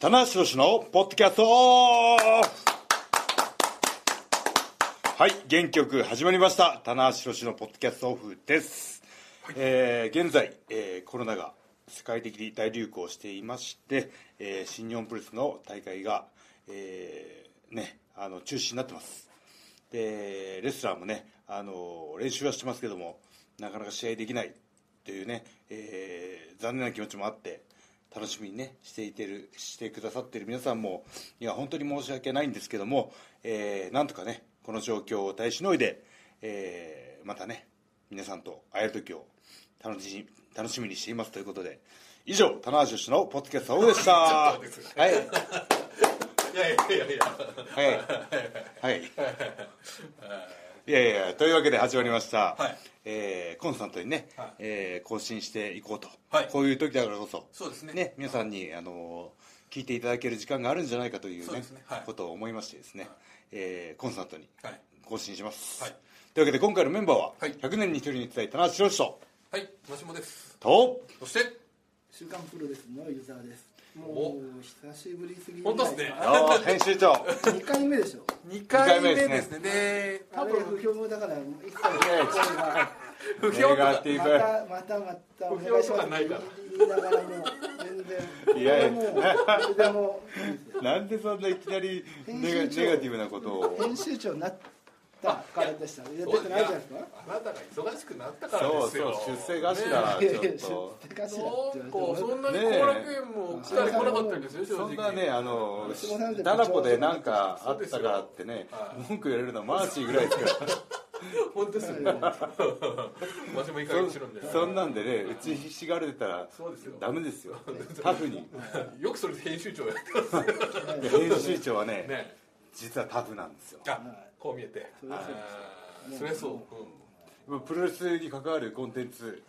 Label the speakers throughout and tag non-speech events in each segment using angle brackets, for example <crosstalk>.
Speaker 1: 棚橋宏のポッドキャストオフはい原曲始まりました棚橋宏のポッドキャストオフです、えー現在、えーコロナが世界的に大流行していまして、えー新日本プロレスの大会が、えーねあの中止になってますでレスラーもね、あの練習はしてますけどもなかなか試合できないというね、えー残念な気持ちもあって楽しみにねしていてるしてくださってる皆さんもいや本当に申し訳ないんですけども、えーなんとかねこの状況を耐えしのいで、えーまたね皆さんと会える時を楽しみ楽しみにしていますということで以上棚橋氏のポッドキャストオフでした
Speaker 2: <laughs> ちょっとですね
Speaker 1: はい
Speaker 2: いやいやいやいや
Speaker 1: はいはいいやいやというわけで始まりました、
Speaker 2: はい
Speaker 1: えーコンスタントにね、
Speaker 2: はい
Speaker 1: えー更新していこうと、
Speaker 2: はい
Speaker 1: こういう時だからこそ
Speaker 2: そうですね
Speaker 1: 皆さんに、あのー聞いていただける時間があるんじゃないかという,、
Speaker 2: そう
Speaker 1: ね
Speaker 2: ですねはい
Speaker 1: ことを思いましてですね、えーコンスタントに
Speaker 2: はい
Speaker 1: 更新します、
Speaker 2: はい
Speaker 1: というわけで今回のメンバーは、
Speaker 2: はい
Speaker 1: 100年に一人に伝えたな白人
Speaker 2: はいマシモです <laughs>
Speaker 1: と
Speaker 2: そして
Speaker 3: 週刊プロレスのユーザーですも
Speaker 2: お
Speaker 3: う久しぶりすぎ
Speaker 2: 本当っすね
Speaker 1: あの編集長
Speaker 3: 2回目でしょ
Speaker 2: 2
Speaker 1: 回
Speaker 2: 回
Speaker 1: 目
Speaker 2: 目
Speaker 1: で
Speaker 2: ですす
Speaker 1: ね
Speaker 2: ねで
Speaker 3: あ
Speaker 2: 多
Speaker 3: れ不
Speaker 2: 分
Speaker 3: 評もだから一切
Speaker 2: 不評
Speaker 1: ネ
Speaker 2: と
Speaker 1: ガ
Speaker 2: か
Speaker 1: ティ
Speaker 3: ま
Speaker 1: ブ
Speaker 3: たまたまたお願いしますって言いながらも全然
Speaker 1: いやいや
Speaker 3: これもうそれでも
Speaker 1: なんでそんないきなりネガネガ
Speaker 3: 編集長
Speaker 1: ティブなことを
Speaker 3: 編集長になったからでしたいや出てないじゃないですか
Speaker 2: あなたが忙しくなったから
Speaker 1: そう
Speaker 2: で
Speaker 1: そ
Speaker 2: す
Speaker 1: う
Speaker 2: よ
Speaker 1: 出世頭
Speaker 3: いやいや
Speaker 1: ちょっと
Speaker 3: 出世かしらっ
Speaker 2: な
Speaker 3: て
Speaker 2: んか
Speaker 3: 言われて
Speaker 2: そんなに
Speaker 1: ねえ
Speaker 2: 後楽園も来たり来なかったんですよ正直
Speaker 1: そんなねあの
Speaker 3: 私もなんで
Speaker 1: ダラコでなんかあったからってね
Speaker 2: はい
Speaker 1: 文句言われるのはマーシーぐらいですから
Speaker 2: 本当ですよねマシモいい加減にしろみたいな
Speaker 1: そんなんでね打ちひしがれてたら
Speaker 2: そうですよ
Speaker 1: ダメですよタフに
Speaker 2: よくそれで編集長やってます
Speaker 1: で編集長はね
Speaker 2: ね
Speaker 1: 実はタフなんですよ
Speaker 2: あこう見えて
Speaker 3: そうですよ
Speaker 2: あーそれそううん
Speaker 1: プロレスに関わるコンテンツ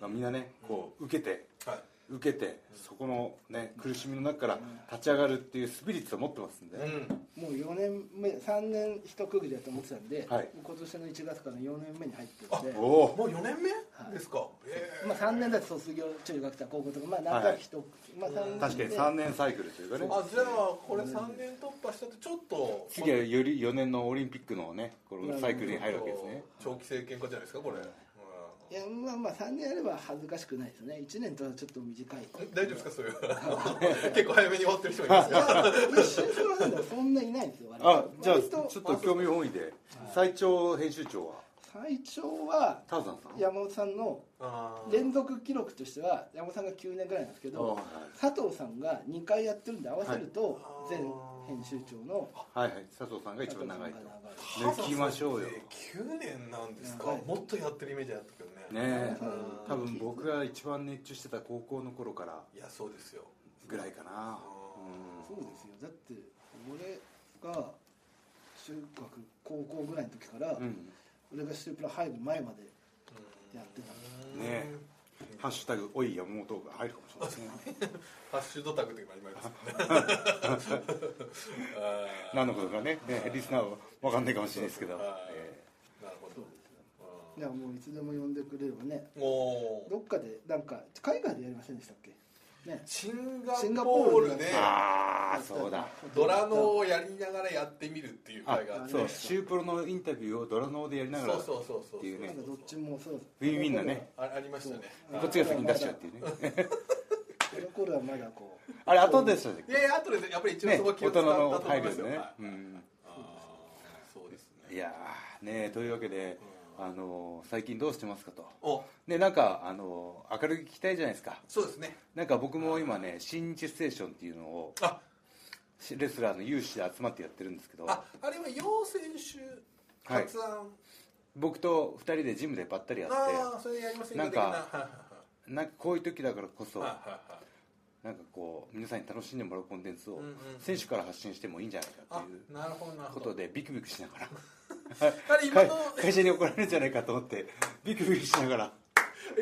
Speaker 1: がみんなねこう受けて
Speaker 2: はい
Speaker 1: 受けてそこのね苦しみの中から立ち上がるっていうスピリッツを持ってますんでね
Speaker 2: う
Speaker 3: もう4年目3年一区切りだと思ってたんで、
Speaker 1: はい
Speaker 3: 今年の1月から4年目に入ってるんで
Speaker 1: おお
Speaker 2: んもう4年目ですかえ
Speaker 3: まあ、3年だと卒業中学とか高校とかまあ何
Speaker 1: はい
Speaker 3: 回人、まあ、3年
Speaker 1: 確かに3年サイクルというか
Speaker 2: ー
Speaker 1: ね
Speaker 2: あじゃあこれ3年突破したとちょっと
Speaker 1: 次はより4年のオリンピックのねこのサイクルに入るわけですね
Speaker 2: 長期政権下じゃないですかこれ、うん
Speaker 3: いやまあまあ3年やれば恥ずかしくないですね1年とはちょっと短い
Speaker 2: え大丈夫ですかそれは <laughs> 結構早めに終わってる人もいますよ
Speaker 3: 一瞬その判断そんないないんですよ割と
Speaker 1: あじゃあ
Speaker 3: 割
Speaker 1: ちょっと興味本位で最長編集長は
Speaker 3: 最長は
Speaker 1: ターザンさん
Speaker 3: 山本さんの
Speaker 2: あー
Speaker 3: 連続記録としては山本さんが9年ぐらいなんですけど佐藤さんが2回やってるんで合わせると
Speaker 2: はい
Speaker 3: 前編集長の
Speaker 1: はいはい佐藤さんが一番長いと
Speaker 3: 佐藤さんが長い
Speaker 1: 抜きましょうよね
Speaker 2: 9年なんですか、
Speaker 3: はい
Speaker 2: もっとやってるイメージあったけどね
Speaker 1: え
Speaker 2: うん
Speaker 1: 多分僕が一番熱中してた高校の頃から
Speaker 2: いやそうですよ
Speaker 1: ぐらいかな
Speaker 3: そうですよだって俺が中学高校ぐらいの時から、
Speaker 1: うん、うん
Speaker 3: 俺がシュープラ入る前までやってた
Speaker 2: うん
Speaker 1: ねえハッシュタグおい山本が入るかもしれないですね
Speaker 2: ハッシュドタグとか今ありますもんね
Speaker 1: <laughs>
Speaker 2: あー
Speaker 1: 何のことかねねリスナーは分かんないかもしれないですけど、
Speaker 2: はい
Speaker 1: え
Speaker 2: なるほど
Speaker 3: いやもういつでも呼んでくれればね
Speaker 2: うんおー
Speaker 3: どっかでなんか海外でやりませんでしたっけね
Speaker 2: シン
Speaker 3: シン
Speaker 2: ガ
Speaker 3: ガ
Speaker 2: ポー
Speaker 3: ポー
Speaker 2: ル
Speaker 3: ル
Speaker 2: で
Speaker 3: で
Speaker 1: えああそうだ
Speaker 2: ドラノをやりながらやってみるっていう
Speaker 1: あ
Speaker 2: 会があって
Speaker 1: そうシュープロのインタビューをドラノーでやりながら
Speaker 2: そうそうそうそ
Speaker 1: っ
Speaker 2: う
Speaker 1: ていうね
Speaker 3: なんかどっちもそう
Speaker 1: ウィンウィンだね
Speaker 2: あありましたね
Speaker 1: こっちが先に出しちゃうっていうね
Speaker 3: その頃はまだこう
Speaker 1: あれ後でしたっけ
Speaker 2: いやいや後でやっぱり一応
Speaker 1: ね
Speaker 2: そこは気
Speaker 1: 大
Speaker 2: を
Speaker 1: 人
Speaker 2: 使ったと
Speaker 1: の
Speaker 2: 思い
Speaker 1: 配
Speaker 2: ま
Speaker 1: 慮
Speaker 2: すよ
Speaker 1: でね
Speaker 2: は、い
Speaker 1: うん、
Speaker 2: あーそうですね
Speaker 1: いやーねというわけで、あのー最近どうしてますかと
Speaker 2: お
Speaker 1: ねなんか、あのー明るく聞きたいじゃないですか
Speaker 2: そうですね
Speaker 1: なんか僕も今ね「新日ステーション」っていうのを
Speaker 2: あ
Speaker 1: しレスラーの有志で集まってやってるんですけど
Speaker 2: ああれは陽選手
Speaker 1: はい
Speaker 2: 発案
Speaker 1: 僕と2人でジムでばったりや
Speaker 2: あ
Speaker 1: っ
Speaker 2: あそれやりません
Speaker 1: なんかてなんかこういう時だからこそ
Speaker 2: はいはい
Speaker 1: な
Speaker 2: は
Speaker 1: ん
Speaker 2: い
Speaker 1: かこう皆さんに楽しんでもらうコンテンツを
Speaker 2: うんうん
Speaker 1: 選手から発信してもいいんじゃないか
Speaker 2: あ
Speaker 1: っていう
Speaker 2: なるほどなる
Speaker 1: こ
Speaker 2: ほ
Speaker 1: と
Speaker 2: ど
Speaker 1: でビクビクしながら
Speaker 2: あれ今
Speaker 1: 会
Speaker 2: の
Speaker 1: 会社に怒られるんじゃないかと思ってビクビクしながら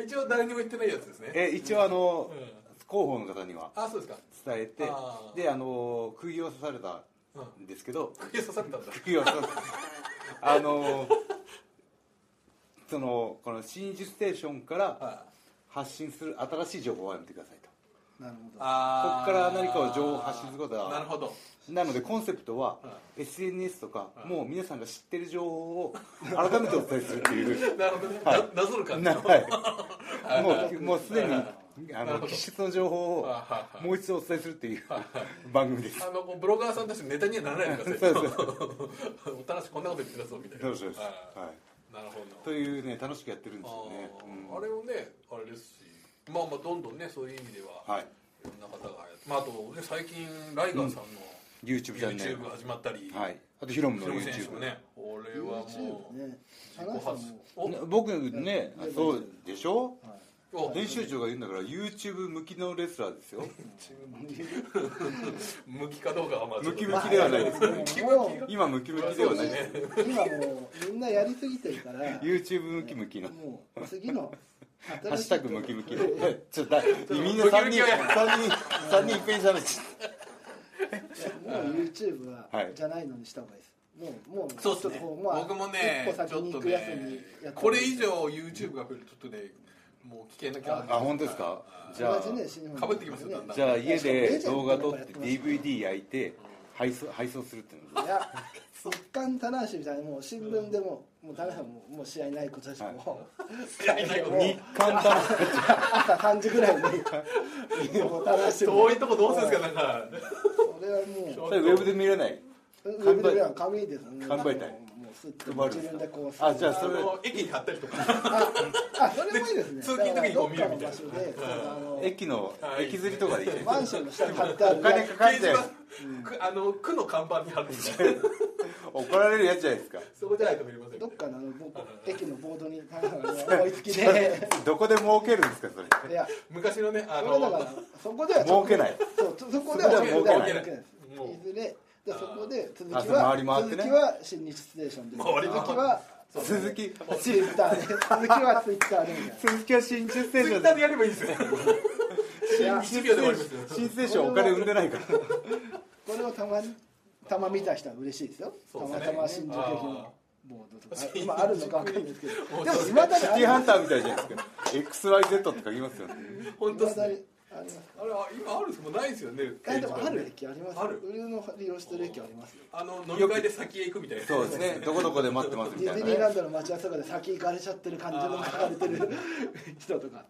Speaker 2: 一応誰にも言ってないやつですね
Speaker 1: え一応あの、
Speaker 2: うん
Speaker 1: 広報の方には
Speaker 2: あそうですか
Speaker 1: 伝えて
Speaker 2: あー
Speaker 1: であの釘を刺された
Speaker 2: うん
Speaker 1: んですけど <laughs>
Speaker 2: 釘を刺されたんだ
Speaker 1: 釘を刺されたあのそのこの「新日ステーション」から
Speaker 2: は
Speaker 1: 発信する新しい情報はやめてくださいと
Speaker 3: なるほど
Speaker 1: こ
Speaker 2: あ
Speaker 1: こ
Speaker 2: ー
Speaker 1: から何かを情報を発信すること
Speaker 2: なる
Speaker 1: は
Speaker 2: ほど
Speaker 1: なのでコンセプトは
Speaker 2: は
Speaker 1: SNS とか
Speaker 2: はい
Speaker 1: もう皆さんが知ってる情報を改めてお伝えするっていう
Speaker 2: なるほどね、
Speaker 1: はい
Speaker 2: ななぞる感じ
Speaker 1: なはい <laughs>
Speaker 2: は
Speaker 1: もうもうすで
Speaker 2: は
Speaker 1: にあの
Speaker 2: なるほど
Speaker 1: 気質の情報を
Speaker 2: あ
Speaker 1: もう一度お伝えするっていう番組です
Speaker 2: のもうブロガーさんたちのネタにはならないでください
Speaker 1: そう
Speaker 2: <laughs> おたらしこんなこと言ってたぞみたいな
Speaker 1: そうです
Speaker 2: はい
Speaker 1: は
Speaker 2: なるほ
Speaker 1: いというね楽しくやってるんですよ
Speaker 2: ど、
Speaker 1: ね
Speaker 2: あーあれをねあれですしまあまあどんどんねそういう意味では、
Speaker 1: はい
Speaker 2: いろんな方がやって、まあ、あと、ね、最近ライガーさんの
Speaker 1: YouTube チャンネ
Speaker 2: YouTube
Speaker 1: ル
Speaker 2: が始まったり、
Speaker 1: はいあとヒロム
Speaker 2: ヒ
Speaker 1: の
Speaker 2: ロミ選手
Speaker 1: YouTube
Speaker 2: もねこれはも
Speaker 3: YouTube
Speaker 2: う
Speaker 3: ね
Speaker 2: 自
Speaker 3: 花
Speaker 2: 己
Speaker 3: さん
Speaker 2: 発
Speaker 3: も、
Speaker 2: お
Speaker 1: ね僕ね
Speaker 3: うん
Speaker 1: そうでしょ
Speaker 3: はい
Speaker 2: お
Speaker 1: 編集長が言うんだから YouTube 向きのレスラーです
Speaker 2: <laughs>
Speaker 1: よ
Speaker 2: 向きかどうかはまあちょっと
Speaker 1: ムキムキではないです
Speaker 3: ムキムキ
Speaker 1: 今ムキムキではない
Speaker 2: ね
Speaker 3: 今もうみんなやりすぎてるから
Speaker 1: YouTube ムキムキの
Speaker 3: もう次の
Speaker 1: ハッシュタグムキムキのちょっとだ
Speaker 2: と
Speaker 1: みんな3
Speaker 2: ム
Speaker 1: 人
Speaker 2: キムキは
Speaker 1: 3人3人いっぺんに喋っちゃっ
Speaker 3: いやもう YouTube は、
Speaker 1: はい
Speaker 3: じゃないのにした方がいいですもうもう
Speaker 2: そうですね
Speaker 3: ちょっとこうまあ
Speaker 2: 僕もね
Speaker 3: 一歩
Speaker 2: ち
Speaker 3: 先
Speaker 2: ょ
Speaker 3: に
Speaker 2: っ
Speaker 3: 行
Speaker 2: と
Speaker 3: くやつに
Speaker 2: ね
Speaker 3: やった
Speaker 2: これ以上 YouTube が増えるとちょっとねもう危険な気が
Speaker 1: たあ本当ですかじゃあ
Speaker 2: 被ってきますよだんだん
Speaker 1: じゃあ家で動画撮って DVD 焼いて配送配送するっていうの
Speaker 3: いや一貫棚橋みたいにもう新聞でも、もう棚橋ももう試合ないことしかもう試合
Speaker 2: ないこと
Speaker 1: 日
Speaker 2: <laughs>
Speaker 1: 刊だ
Speaker 3: 朝3時ぐらいにもう棚橋も
Speaker 2: 遠いとこどうするんですかなんか
Speaker 3: それはも
Speaker 1: それウェブで見れないう
Speaker 3: ウェブでは紙ですね
Speaker 1: 完売
Speaker 3: も
Speaker 1: 体
Speaker 3: うすっと自分でこう
Speaker 1: あじゃあ
Speaker 2: あ
Speaker 1: それ
Speaker 2: の駅に貼ったりとか
Speaker 3: あそれもいいですね
Speaker 2: 通勤の時にこう見るみたいな
Speaker 3: だからどっかの場所でそのあの
Speaker 1: 駅の駅釣りとかでいいね
Speaker 3: マンションの下に貼ってある
Speaker 1: お金かか
Speaker 2: 掲
Speaker 1: っ
Speaker 2: 示
Speaker 1: て
Speaker 2: 板くあの区の看板に貼るみた
Speaker 1: <laughs>
Speaker 2: いな
Speaker 1: 怒られるやつじゃないですか
Speaker 2: そこじゃないと見れません
Speaker 3: どっかのあのぼ駅のボードに棚橋が追いつ
Speaker 1: <laughs>
Speaker 3: き
Speaker 1: じ
Speaker 3: で
Speaker 1: ゃあどこで儲けるんですかそれ
Speaker 3: いや
Speaker 2: 昔のねあ
Speaker 3: そ
Speaker 2: の
Speaker 3: れだからそこでは
Speaker 1: 儲けない
Speaker 3: そうそそこでは
Speaker 1: そこでは儲けない
Speaker 3: 儲けない
Speaker 2: もう
Speaker 3: いずれでそこで続き
Speaker 1: あそれ
Speaker 3: は、
Speaker 1: 回り回ってね
Speaker 3: 続きは新日ステーションで
Speaker 2: 回り
Speaker 3: 続
Speaker 2: 回って
Speaker 3: きは
Speaker 1: 鈴木
Speaker 3: ツイッターで続きはツイッターでみたいな
Speaker 1: 鈴木は新中ステーシ
Speaker 2: ツイ
Speaker 1: ョ
Speaker 2: ッ
Speaker 1: ン
Speaker 2: タ
Speaker 1: で
Speaker 2: ーでやればいいですよ
Speaker 3: いや
Speaker 2: 1秒で終わりますよ
Speaker 1: 新生賞お金生んでない
Speaker 3: <laughs>
Speaker 1: から
Speaker 3: これをたまにたま見た人は嬉しいですよ
Speaker 2: そうですね
Speaker 3: たまたま新宿駅のボードとかあ今あるのかわかんないですけ
Speaker 2: も
Speaker 3: ど
Speaker 2: う
Speaker 3: で
Speaker 2: そうで
Speaker 3: も
Speaker 2: すね
Speaker 3: いまだに
Speaker 1: シ
Speaker 3: あ
Speaker 1: ティ
Speaker 3: り
Speaker 1: ハ
Speaker 3: ま
Speaker 1: ンターみたいじゃないですか XYZ って書きますよね
Speaker 2: 本当ですす
Speaker 3: だ
Speaker 2: ね
Speaker 3: にあります
Speaker 2: あれあ今あるんですかもうないですよね
Speaker 3: あでもある駅あります
Speaker 2: ある
Speaker 3: 上の利用してる駅ありますよ
Speaker 2: あの飲み会で先へ行くみたいな
Speaker 1: そうですねどこどこで待ってますみ
Speaker 3: デ
Speaker 1: た
Speaker 3: ィ
Speaker 1: い
Speaker 3: ズ
Speaker 1: な
Speaker 3: ニーラ
Speaker 1: ね
Speaker 3: ンドの待ち合わせとかで先行かれちゃってる感じの書かれてる人とか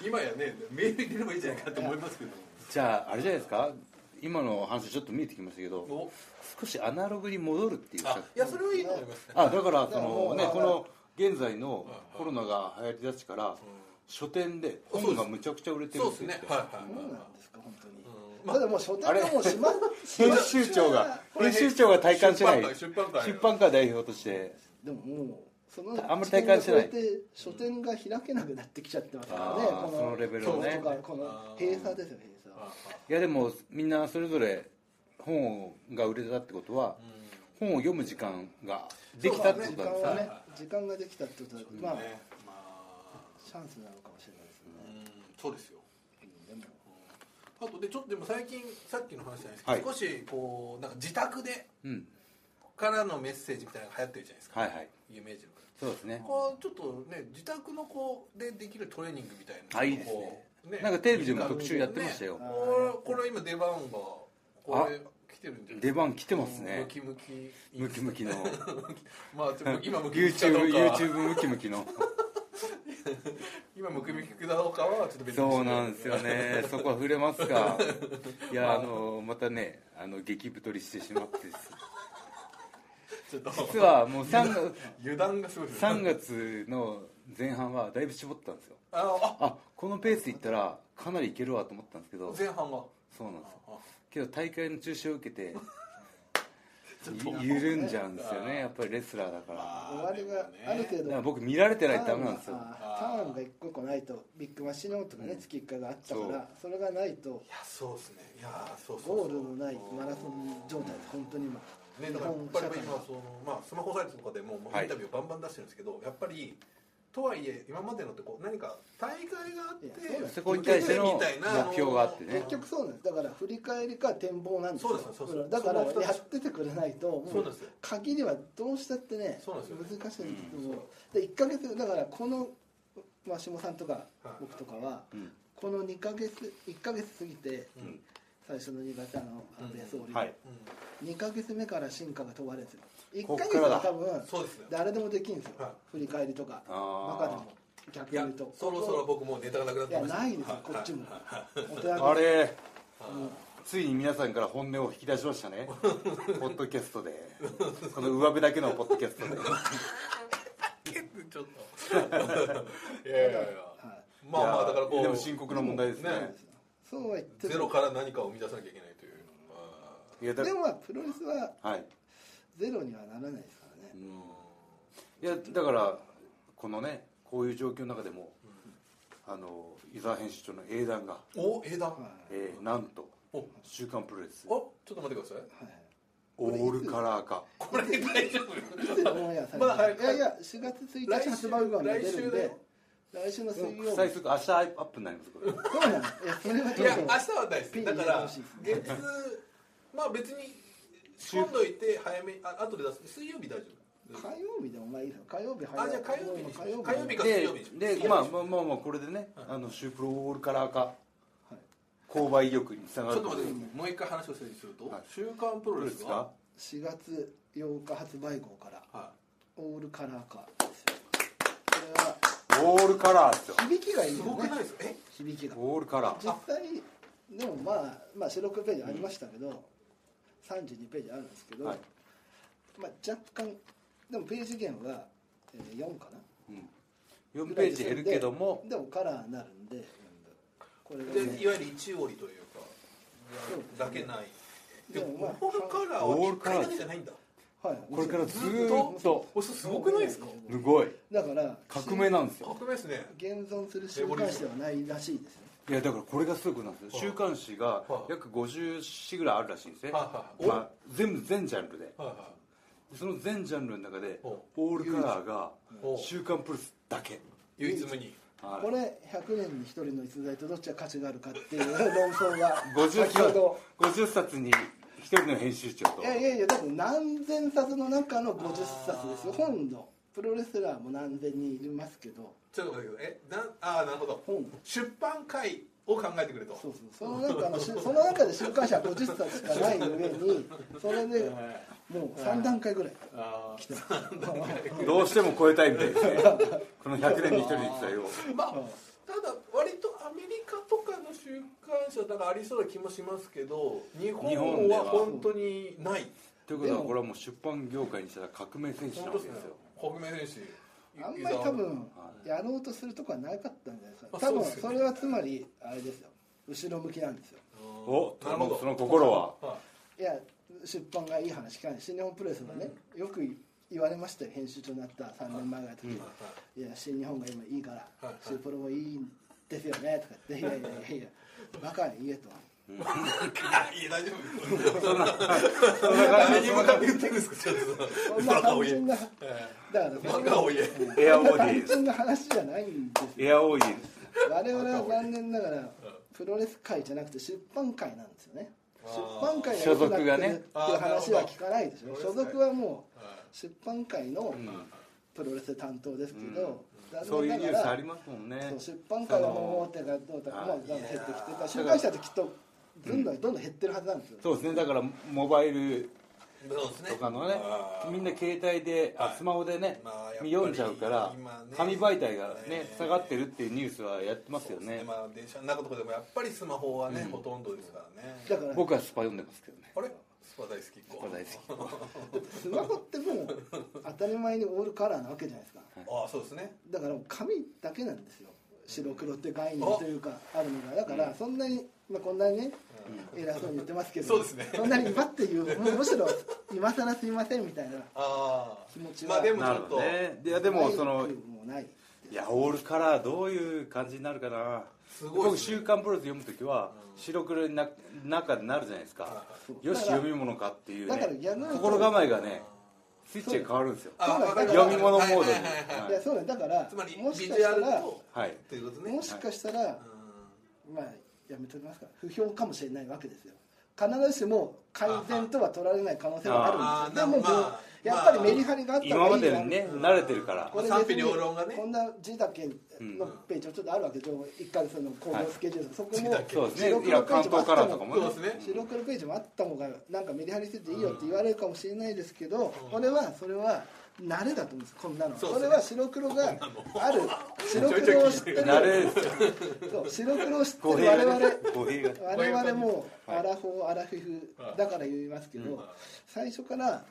Speaker 2: 今やねメール入れればいいじゃないかと思いますけど
Speaker 1: じゃああれじゃないですか今の話ちょっと見えてきましたけど
Speaker 2: お
Speaker 1: 少しアナログに戻るっていう
Speaker 2: あ
Speaker 1: 作
Speaker 2: いやそれはいいと思いますね
Speaker 1: あだからそ
Speaker 3: いやも
Speaker 1: の
Speaker 3: う
Speaker 1: ね
Speaker 3: まあ
Speaker 1: この現在の
Speaker 2: うん
Speaker 1: コロナが流行りだしてから書店で本がむちゃくちゃ売れてる
Speaker 2: そ
Speaker 1: ん
Speaker 2: う
Speaker 1: で
Speaker 2: ですす
Speaker 1: よ
Speaker 2: ねはいはい
Speaker 3: そう
Speaker 2: は
Speaker 3: なんですか本当に
Speaker 2: い、うんま
Speaker 3: ただもう書店がもう閉まっ
Speaker 1: 編集長が
Speaker 2: これ
Speaker 1: 編集長が体感してない
Speaker 2: 出版会出版会
Speaker 1: 出版界代表として
Speaker 3: でももうその
Speaker 1: あんまり体感してない
Speaker 3: 時代を超えて書店が開けなくなってきちゃってますからね
Speaker 1: あーそのレベルをね
Speaker 3: そうとかこの閉鎖ですよ閉鎖
Speaker 2: あ
Speaker 1: いやでもみんなそれぞれ本が売れたってことは本を読む時間ができたってことなんです
Speaker 3: そう
Speaker 1: よ
Speaker 3: ね
Speaker 1: ね
Speaker 3: 時間ができたってことは
Speaker 2: うん
Speaker 3: まあ
Speaker 2: ねまあ
Speaker 3: チャンスなのかもしれないです
Speaker 2: う
Speaker 3: ね
Speaker 2: んそうですよ
Speaker 3: うんでも
Speaker 2: あとでちょっとでも最近さっきの話じゃないですけ
Speaker 1: はい
Speaker 2: ど少しこうなんか自宅で
Speaker 1: うん
Speaker 2: からのメッセージみたいなのが流行ってるじゃないですか
Speaker 1: はいはい
Speaker 2: 有名人の方
Speaker 1: そうですね
Speaker 2: こうちょっとね自宅のこうでできるトレーニングみたいな
Speaker 1: あいいですねなんかテレビでも特集やってましたよ
Speaker 2: ねこれこれ今出番がこれ来てるんじゃな
Speaker 1: 出
Speaker 2: いですか
Speaker 1: 番来てますね
Speaker 2: ムキムキ
Speaker 1: ムキムキの
Speaker 2: まあちょっと今 <laughs> ムキムキかどうかは
Speaker 1: YouTubeYouTube ムキムキの
Speaker 2: 今ムキムキかどうかはちょっと別に
Speaker 1: そうなんですよねそこは触れますかいやあのまたねあの激太りしてしまってです
Speaker 2: ちょっと
Speaker 1: 実はもう 3,
Speaker 2: 油断がすごいですね
Speaker 1: 3月の前半はだいぶ絞ったんですよ
Speaker 2: あのあ
Speaker 1: あこのペースでいったらかなりいけるわと思ったんですけど
Speaker 2: 前半は
Speaker 1: そうなんですよ
Speaker 2: あ
Speaker 1: けど大会の中止を受けて
Speaker 2: ちょっと
Speaker 1: ゆ緩んじゃうんですよねやっぱりレスラーだから
Speaker 2: あ
Speaker 3: 終わりがある程
Speaker 1: だ
Speaker 3: 度
Speaker 1: から僕見られてないとダメなんですよ
Speaker 3: あーターンが一個一個ないとビッグマシノとかね月1回があったか
Speaker 1: そう
Speaker 3: らそれがないと
Speaker 2: いやそうですねいやそうそうそう
Speaker 3: ゴールのないマラソン状態です本当に今
Speaker 2: ね、だからやっぱり今その、まあ、スマホサイトとかでももう
Speaker 1: はい
Speaker 2: インタビューをバンバン出してるんですけど、やっぱりとはいえ今までのってこう何か大会があっ
Speaker 3: いやそうなん
Speaker 2: て
Speaker 3: です
Speaker 1: そこに対しての
Speaker 2: みたいな
Speaker 1: 目標があってね
Speaker 3: 結局そうなんですだから振り返りか展望なんですよ
Speaker 2: そうですそうです
Speaker 3: だから
Speaker 2: その二つ
Speaker 3: やっててくれないとも
Speaker 2: そうなんですよ
Speaker 3: 限りはどうしたってね
Speaker 2: そうなんですよね
Speaker 3: 難しいんですけど、で1か月だからこのまあ下さんとか
Speaker 2: はい
Speaker 3: 僕とかは
Speaker 1: うん
Speaker 3: この2ヶ月1ヶ月過ぎて
Speaker 2: うんうん
Speaker 3: 最初の2月あの安倍総理、
Speaker 1: はい
Speaker 3: 2ヶ月目から進化が問われてる1
Speaker 1: こっ
Speaker 3: ヶ
Speaker 1: から
Speaker 3: 月
Speaker 1: だ
Speaker 3: は多分
Speaker 2: そうですね
Speaker 3: 誰でもできんですよ、
Speaker 2: はい
Speaker 3: 振り返りとか
Speaker 1: あー
Speaker 3: 中でも逆
Speaker 2: い
Speaker 3: に
Speaker 2: や
Speaker 3: 言うと
Speaker 2: そろそろ僕もうネタがなくなっ
Speaker 3: い
Speaker 2: て
Speaker 3: や
Speaker 2: ました
Speaker 3: ないですよこっちもお手上げ
Speaker 1: あれ
Speaker 2: は
Speaker 1: ついに皆さんから本音を引き出しましたねポッドキャストでこの上辺だけのポッドキャストで
Speaker 2: いちょっと <laughs> いやいやいや
Speaker 3: は
Speaker 2: まあまあだから
Speaker 1: いう
Speaker 2: こ
Speaker 1: やでも深刻な問題ですね
Speaker 3: いそうですよそうは言っても
Speaker 2: ゼロから何かを生み出さなきゃいけないというあ
Speaker 1: いやだ
Speaker 3: でもまあプロレスは
Speaker 1: はい
Speaker 3: ゼロにはならないですからね
Speaker 1: うんいやだからこのねこういう状況の中でも、あの伊沢編集長の英断が、
Speaker 2: ーお枝
Speaker 3: は
Speaker 1: えーなんと
Speaker 2: お
Speaker 1: 「週刊プロレス
Speaker 2: おち」ょっと待ってください
Speaker 3: い、はい
Speaker 1: オールカラー化
Speaker 2: これ大丈
Speaker 3: いつオンエアされる
Speaker 2: まだ早く
Speaker 3: いやいや4月1日発売号が出るんで来週の水
Speaker 1: もう
Speaker 3: 曜日
Speaker 1: 最速明日アップになりますこれ
Speaker 3: そうなんですいや
Speaker 2: 夫
Speaker 3: それは
Speaker 2: い
Speaker 3: ちょっ
Speaker 2: や明日
Speaker 3: と
Speaker 2: はないですだから月まあ別に仕込んどいて早めあ後で出す水曜日大丈夫
Speaker 3: 火曜日でもまあいいですよ火曜日
Speaker 2: あじゃあ火曜日に
Speaker 3: 火曜日
Speaker 2: 火曜日か水曜日に
Speaker 1: ででまあまあまあまあこれでね「あの週プロオールカラー化」購買意欲につなが
Speaker 2: ちょ
Speaker 1: る
Speaker 2: っと待ってくだ
Speaker 1: て
Speaker 2: さいもう一回話を整理すると
Speaker 1: はい
Speaker 2: 「週刊プ
Speaker 1: プ
Speaker 2: ロ
Speaker 1: ロ
Speaker 2: レ
Speaker 1: レ
Speaker 2: ス
Speaker 1: ス
Speaker 2: が」は
Speaker 1: か
Speaker 3: 4月8日発売号からオールカラー化ですよこれは
Speaker 1: オールカラーですよ
Speaker 3: 響きがい
Speaker 2: い
Speaker 3: い
Speaker 2: す
Speaker 3: よ
Speaker 2: ごく
Speaker 3: ね
Speaker 2: ないですかえ
Speaker 3: 響きが
Speaker 1: オールカラー
Speaker 3: 実際でもまあまあ四六ページありましたけど、32ページあるんですけど、
Speaker 1: はい
Speaker 3: まあ若干でもページ減は、えー、4かな
Speaker 1: 4ページ減るけども
Speaker 3: でもカラーになるんでこれがね、
Speaker 2: でいわゆる一折りというかだけないで
Speaker 3: でもまあ
Speaker 2: もオールカラーは
Speaker 1: オー
Speaker 2: 1
Speaker 1: ルカラー
Speaker 2: 回だけじゃないんだ
Speaker 3: はい
Speaker 1: これからずーっ
Speaker 2: ず
Speaker 1: と
Speaker 2: おそすごくないですか
Speaker 1: すごい
Speaker 3: だから
Speaker 1: 革命なんです
Speaker 2: 革
Speaker 1: よ
Speaker 2: 命ですね
Speaker 3: 現存する週刊誌ではないらしいですね
Speaker 1: いやだからこれがすごいことなんですよ週刊誌が
Speaker 2: はい
Speaker 1: 約50誌ぐらいあるらしいんですね、ま
Speaker 2: はいはい
Speaker 1: あ、全部全ジャンルで
Speaker 2: はいは
Speaker 1: その全ジャンルの中で
Speaker 2: お
Speaker 1: オールカラーが
Speaker 2: お
Speaker 1: 週刊プロレスだけ
Speaker 2: い唯一無二
Speaker 1: はい
Speaker 3: これ100年に一人の逸材とどっちが価値があるかっていう論
Speaker 2: <laughs>
Speaker 3: 争が
Speaker 1: 50
Speaker 3: 先ほ
Speaker 1: 冊
Speaker 3: ど
Speaker 1: 50冊に一人の編集長と
Speaker 3: いやいやいやだって何千冊の中の50冊です
Speaker 2: あ
Speaker 3: よ
Speaker 2: ー
Speaker 3: 本のプロレスラーも何千人いますけど
Speaker 2: ちょっと待ってくださいえなんああなるほど
Speaker 3: 本
Speaker 2: 出版会を考えてくれと
Speaker 3: そうそうその中のしその中で週刊誌は50冊しかない上にそれで
Speaker 2: はい
Speaker 3: もう3段階ぐらい
Speaker 2: あ
Speaker 3: 来てます
Speaker 1: どうしても超えたいみたいですねこの100年に一人の一代を
Speaker 2: ーまあただ割とアメリカとかの週刊誌はなんかありそうな気もしますけど日
Speaker 1: 日
Speaker 2: 本
Speaker 1: 本で
Speaker 2: は
Speaker 1: は
Speaker 2: 本当にない
Speaker 1: ということはこれはもう出版業界にしたら革命戦士なわ
Speaker 2: 本当
Speaker 1: け
Speaker 2: で
Speaker 1: ですす
Speaker 2: ね
Speaker 1: よ
Speaker 2: 革命戦士
Speaker 3: あんまり多分
Speaker 1: は
Speaker 3: やろうとするとこはなかったんじゃないですか
Speaker 2: あ
Speaker 3: 多
Speaker 2: そう
Speaker 3: 分
Speaker 2: ですよ
Speaker 3: そ
Speaker 2: ね
Speaker 3: れはつまりあれですよ後ろ向きなんですよ
Speaker 1: お
Speaker 2: なるほど
Speaker 1: その心はい
Speaker 3: や出版がいい話聞かない新日本プロレスがね、よく言われましたよ編集長になった3年前ぐらいの時、
Speaker 1: うん
Speaker 3: いや新日本が今いいから、
Speaker 2: はい
Speaker 3: シュープロもいいんですよねとか言って「いやいやいやいやバカに言え」と
Speaker 2: あいや大丈夫
Speaker 1: そん
Speaker 2: <laughs>
Speaker 1: な
Speaker 2: そんな感じに向かって言ってるんですかちょっ
Speaker 3: そ
Speaker 2: と
Speaker 3: んな
Speaker 2: バカを
Speaker 3: 単
Speaker 2: 言え
Speaker 3: 純なだからそ
Speaker 2: <laughs>
Speaker 3: んな
Speaker 2: バカを言え
Speaker 1: エアオーディエ
Speaker 3: 単
Speaker 1: ンス
Speaker 3: 純な話じゃないんですよ
Speaker 1: エアオーディエンス
Speaker 3: 我々は残念ながらプロレス界じゃなくて出版界なんですよね
Speaker 2: あ
Speaker 3: 出
Speaker 2: ー
Speaker 3: 版界が良くなってるってい
Speaker 2: 所属
Speaker 3: う
Speaker 2: がね
Speaker 3: 話は聞かないでし
Speaker 2: あーなる
Speaker 3: ょ
Speaker 2: ほど
Speaker 3: 所属はもう
Speaker 2: は
Speaker 3: 出版界の、
Speaker 1: うん
Speaker 3: プロレス担当ですけど、
Speaker 1: そういうニュースあり
Speaker 3: ま
Speaker 1: ますもんね
Speaker 3: 出版界の大手がどうとか、まあ、
Speaker 1: あの
Speaker 3: どんどん減ってきてだから出版社ってきっとどんどんどんどん減ってるはずなんですよ、
Speaker 1: そうですねだからモバイル
Speaker 2: いそうですね
Speaker 1: とかのね
Speaker 2: あー
Speaker 1: みんな携帯であ
Speaker 2: はい
Speaker 1: スマホでね
Speaker 2: まあやっぱり
Speaker 1: 読んじゃうから
Speaker 2: 今ね
Speaker 1: 紙媒体がね
Speaker 2: ね
Speaker 1: 下がってるっていうニュースはやってますよ
Speaker 2: そうです
Speaker 1: ね
Speaker 2: まあ電車の中とかでもやっぱりスマホはね、ほとんどですからね
Speaker 3: だから
Speaker 1: 僕はスパ読んでますけどね
Speaker 2: あれスパ大好きっ子
Speaker 1: スパ大好き
Speaker 3: スマホってもう当たり前にオールカラーなわけじゃないですか
Speaker 2: ああそうですね
Speaker 3: だからもう紙だけなんですよ白黒って概念というかあるのがだからそんなに、まあ、こんなにね偉そうに言ってますけど
Speaker 2: そうですね
Speaker 3: そんなに今っていうむむしろ今更すいませんみたいな
Speaker 2: ああ
Speaker 3: 気持ち
Speaker 2: まあ
Speaker 3: は
Speaker 2: でもちょ
Speaker 1: なる
Speaker 2: っ
Speaker 1: ほ
Speaker 2: と、
Speaker 1: どねいやでもその
Speaker 3: ないもうない
Speaker 1: いやオールカラーどういう感じになるかな
Speaker 2: すごい
Speaker 1: 僕「
Speaker 2: ですね
Speaker 1: 週刊プロレス」読む時は白黒の中になるじゃないですか
Speaker 3: そう
Speaker 1: よし
Speaker 3: だから
Speaker 1: 読み物かっていう
Speaker 3: だから
Speaker 1: ね
Speaker 3: 逆に
Speaker 1: 心構えがねスイッチが変わるんですよ
Speaker 2: あわかる
Speaker 1: 読み物モードに
Speaker 2: はいはいはいはい
Speaker 3: いやそうだよだから
Speaker 2: つまり
Speaker 3: も
Speaker 2: ビ
Speaker 3: し
Speaker 2: ジ
Speaker 3: かし
Speaker 2: ュア
Speaker 3: た
Speaker 2: ル
Speaker 3: ら
Speaker 2: と
Speaker 1: はい
Speaker 2: ということね
Speaker 3: もしかしたら、
Speaker 2: う
Speaker 3: まあやめときますから不評かもしれないわけですよ必ずしも改善とは取られない可能性はあるんですよ
Speaker 2: あ
Speaker 3: で
Speaker 2: ー
Speaker 3: も、
Speaker 2: まあ
Speaker 3: もうやっぱりメリハリがあった
Speaker 1: 今
Speaker 3: 方が
Speaker 1: ま
Speaker 3: いいな
Speaker 1: でにね慣れてるから
Speaker 3: これ
Speaker 2: 賛否両論がね
Speaker 3: こんな字だけのページをちょっとあるわけで1か月の行動スケジュールとか、そこ
Speaker 2: 字
Speaker 3: も
Speaker 2: だけ
Speaker 1: そうです
Speaker 3: 白
Speaker 1: ねい
Speaker 3: 黒
Speaker 1: や
Speaker 3: ペー
Speaker 1: 関
Speaker 3: ジもあ
Speaker 1: 東
Speaker 3: っ
Speaker 1: カ
Speaker 3: た
Speaker 1: ラーとかも
Speaker 3: の
Speaker 2: そう
Speaker 1: ね
Speaker 2: ですね
Speaker 3: 白黒ページもあった方がなんかメリハリしてていいよって言われるかもしれないですけど、これはそれは慣れだと思うんですこんなの
Speaker 2: そう
Speaker 3: そ,、
Speaker 2: ですね
Speaker 3: れは白黒がある白
Speaker 2: <laughs> ちょいち
Speaker 3: 黒
Speaker 2: ょ
Speaker 3: を
Speaker 2: い
Speaker 3: 知ってる
Speaker 1: 慣れですよ
Speaker 3: そう白黒を知って
Speaker 1: 語
Speaker 3: る
Speaker 1: 弊が
Speaker 3: 我
Speaker 1: ね
Speaker 3: 々
Speaker 1: 語弊が
Speaker 3: 我々も
Speaker 1: はい
Speaker 3: アラフォーアラフィフだから言いますけど、
Speaker 1: うん
Speaker 3: 最初から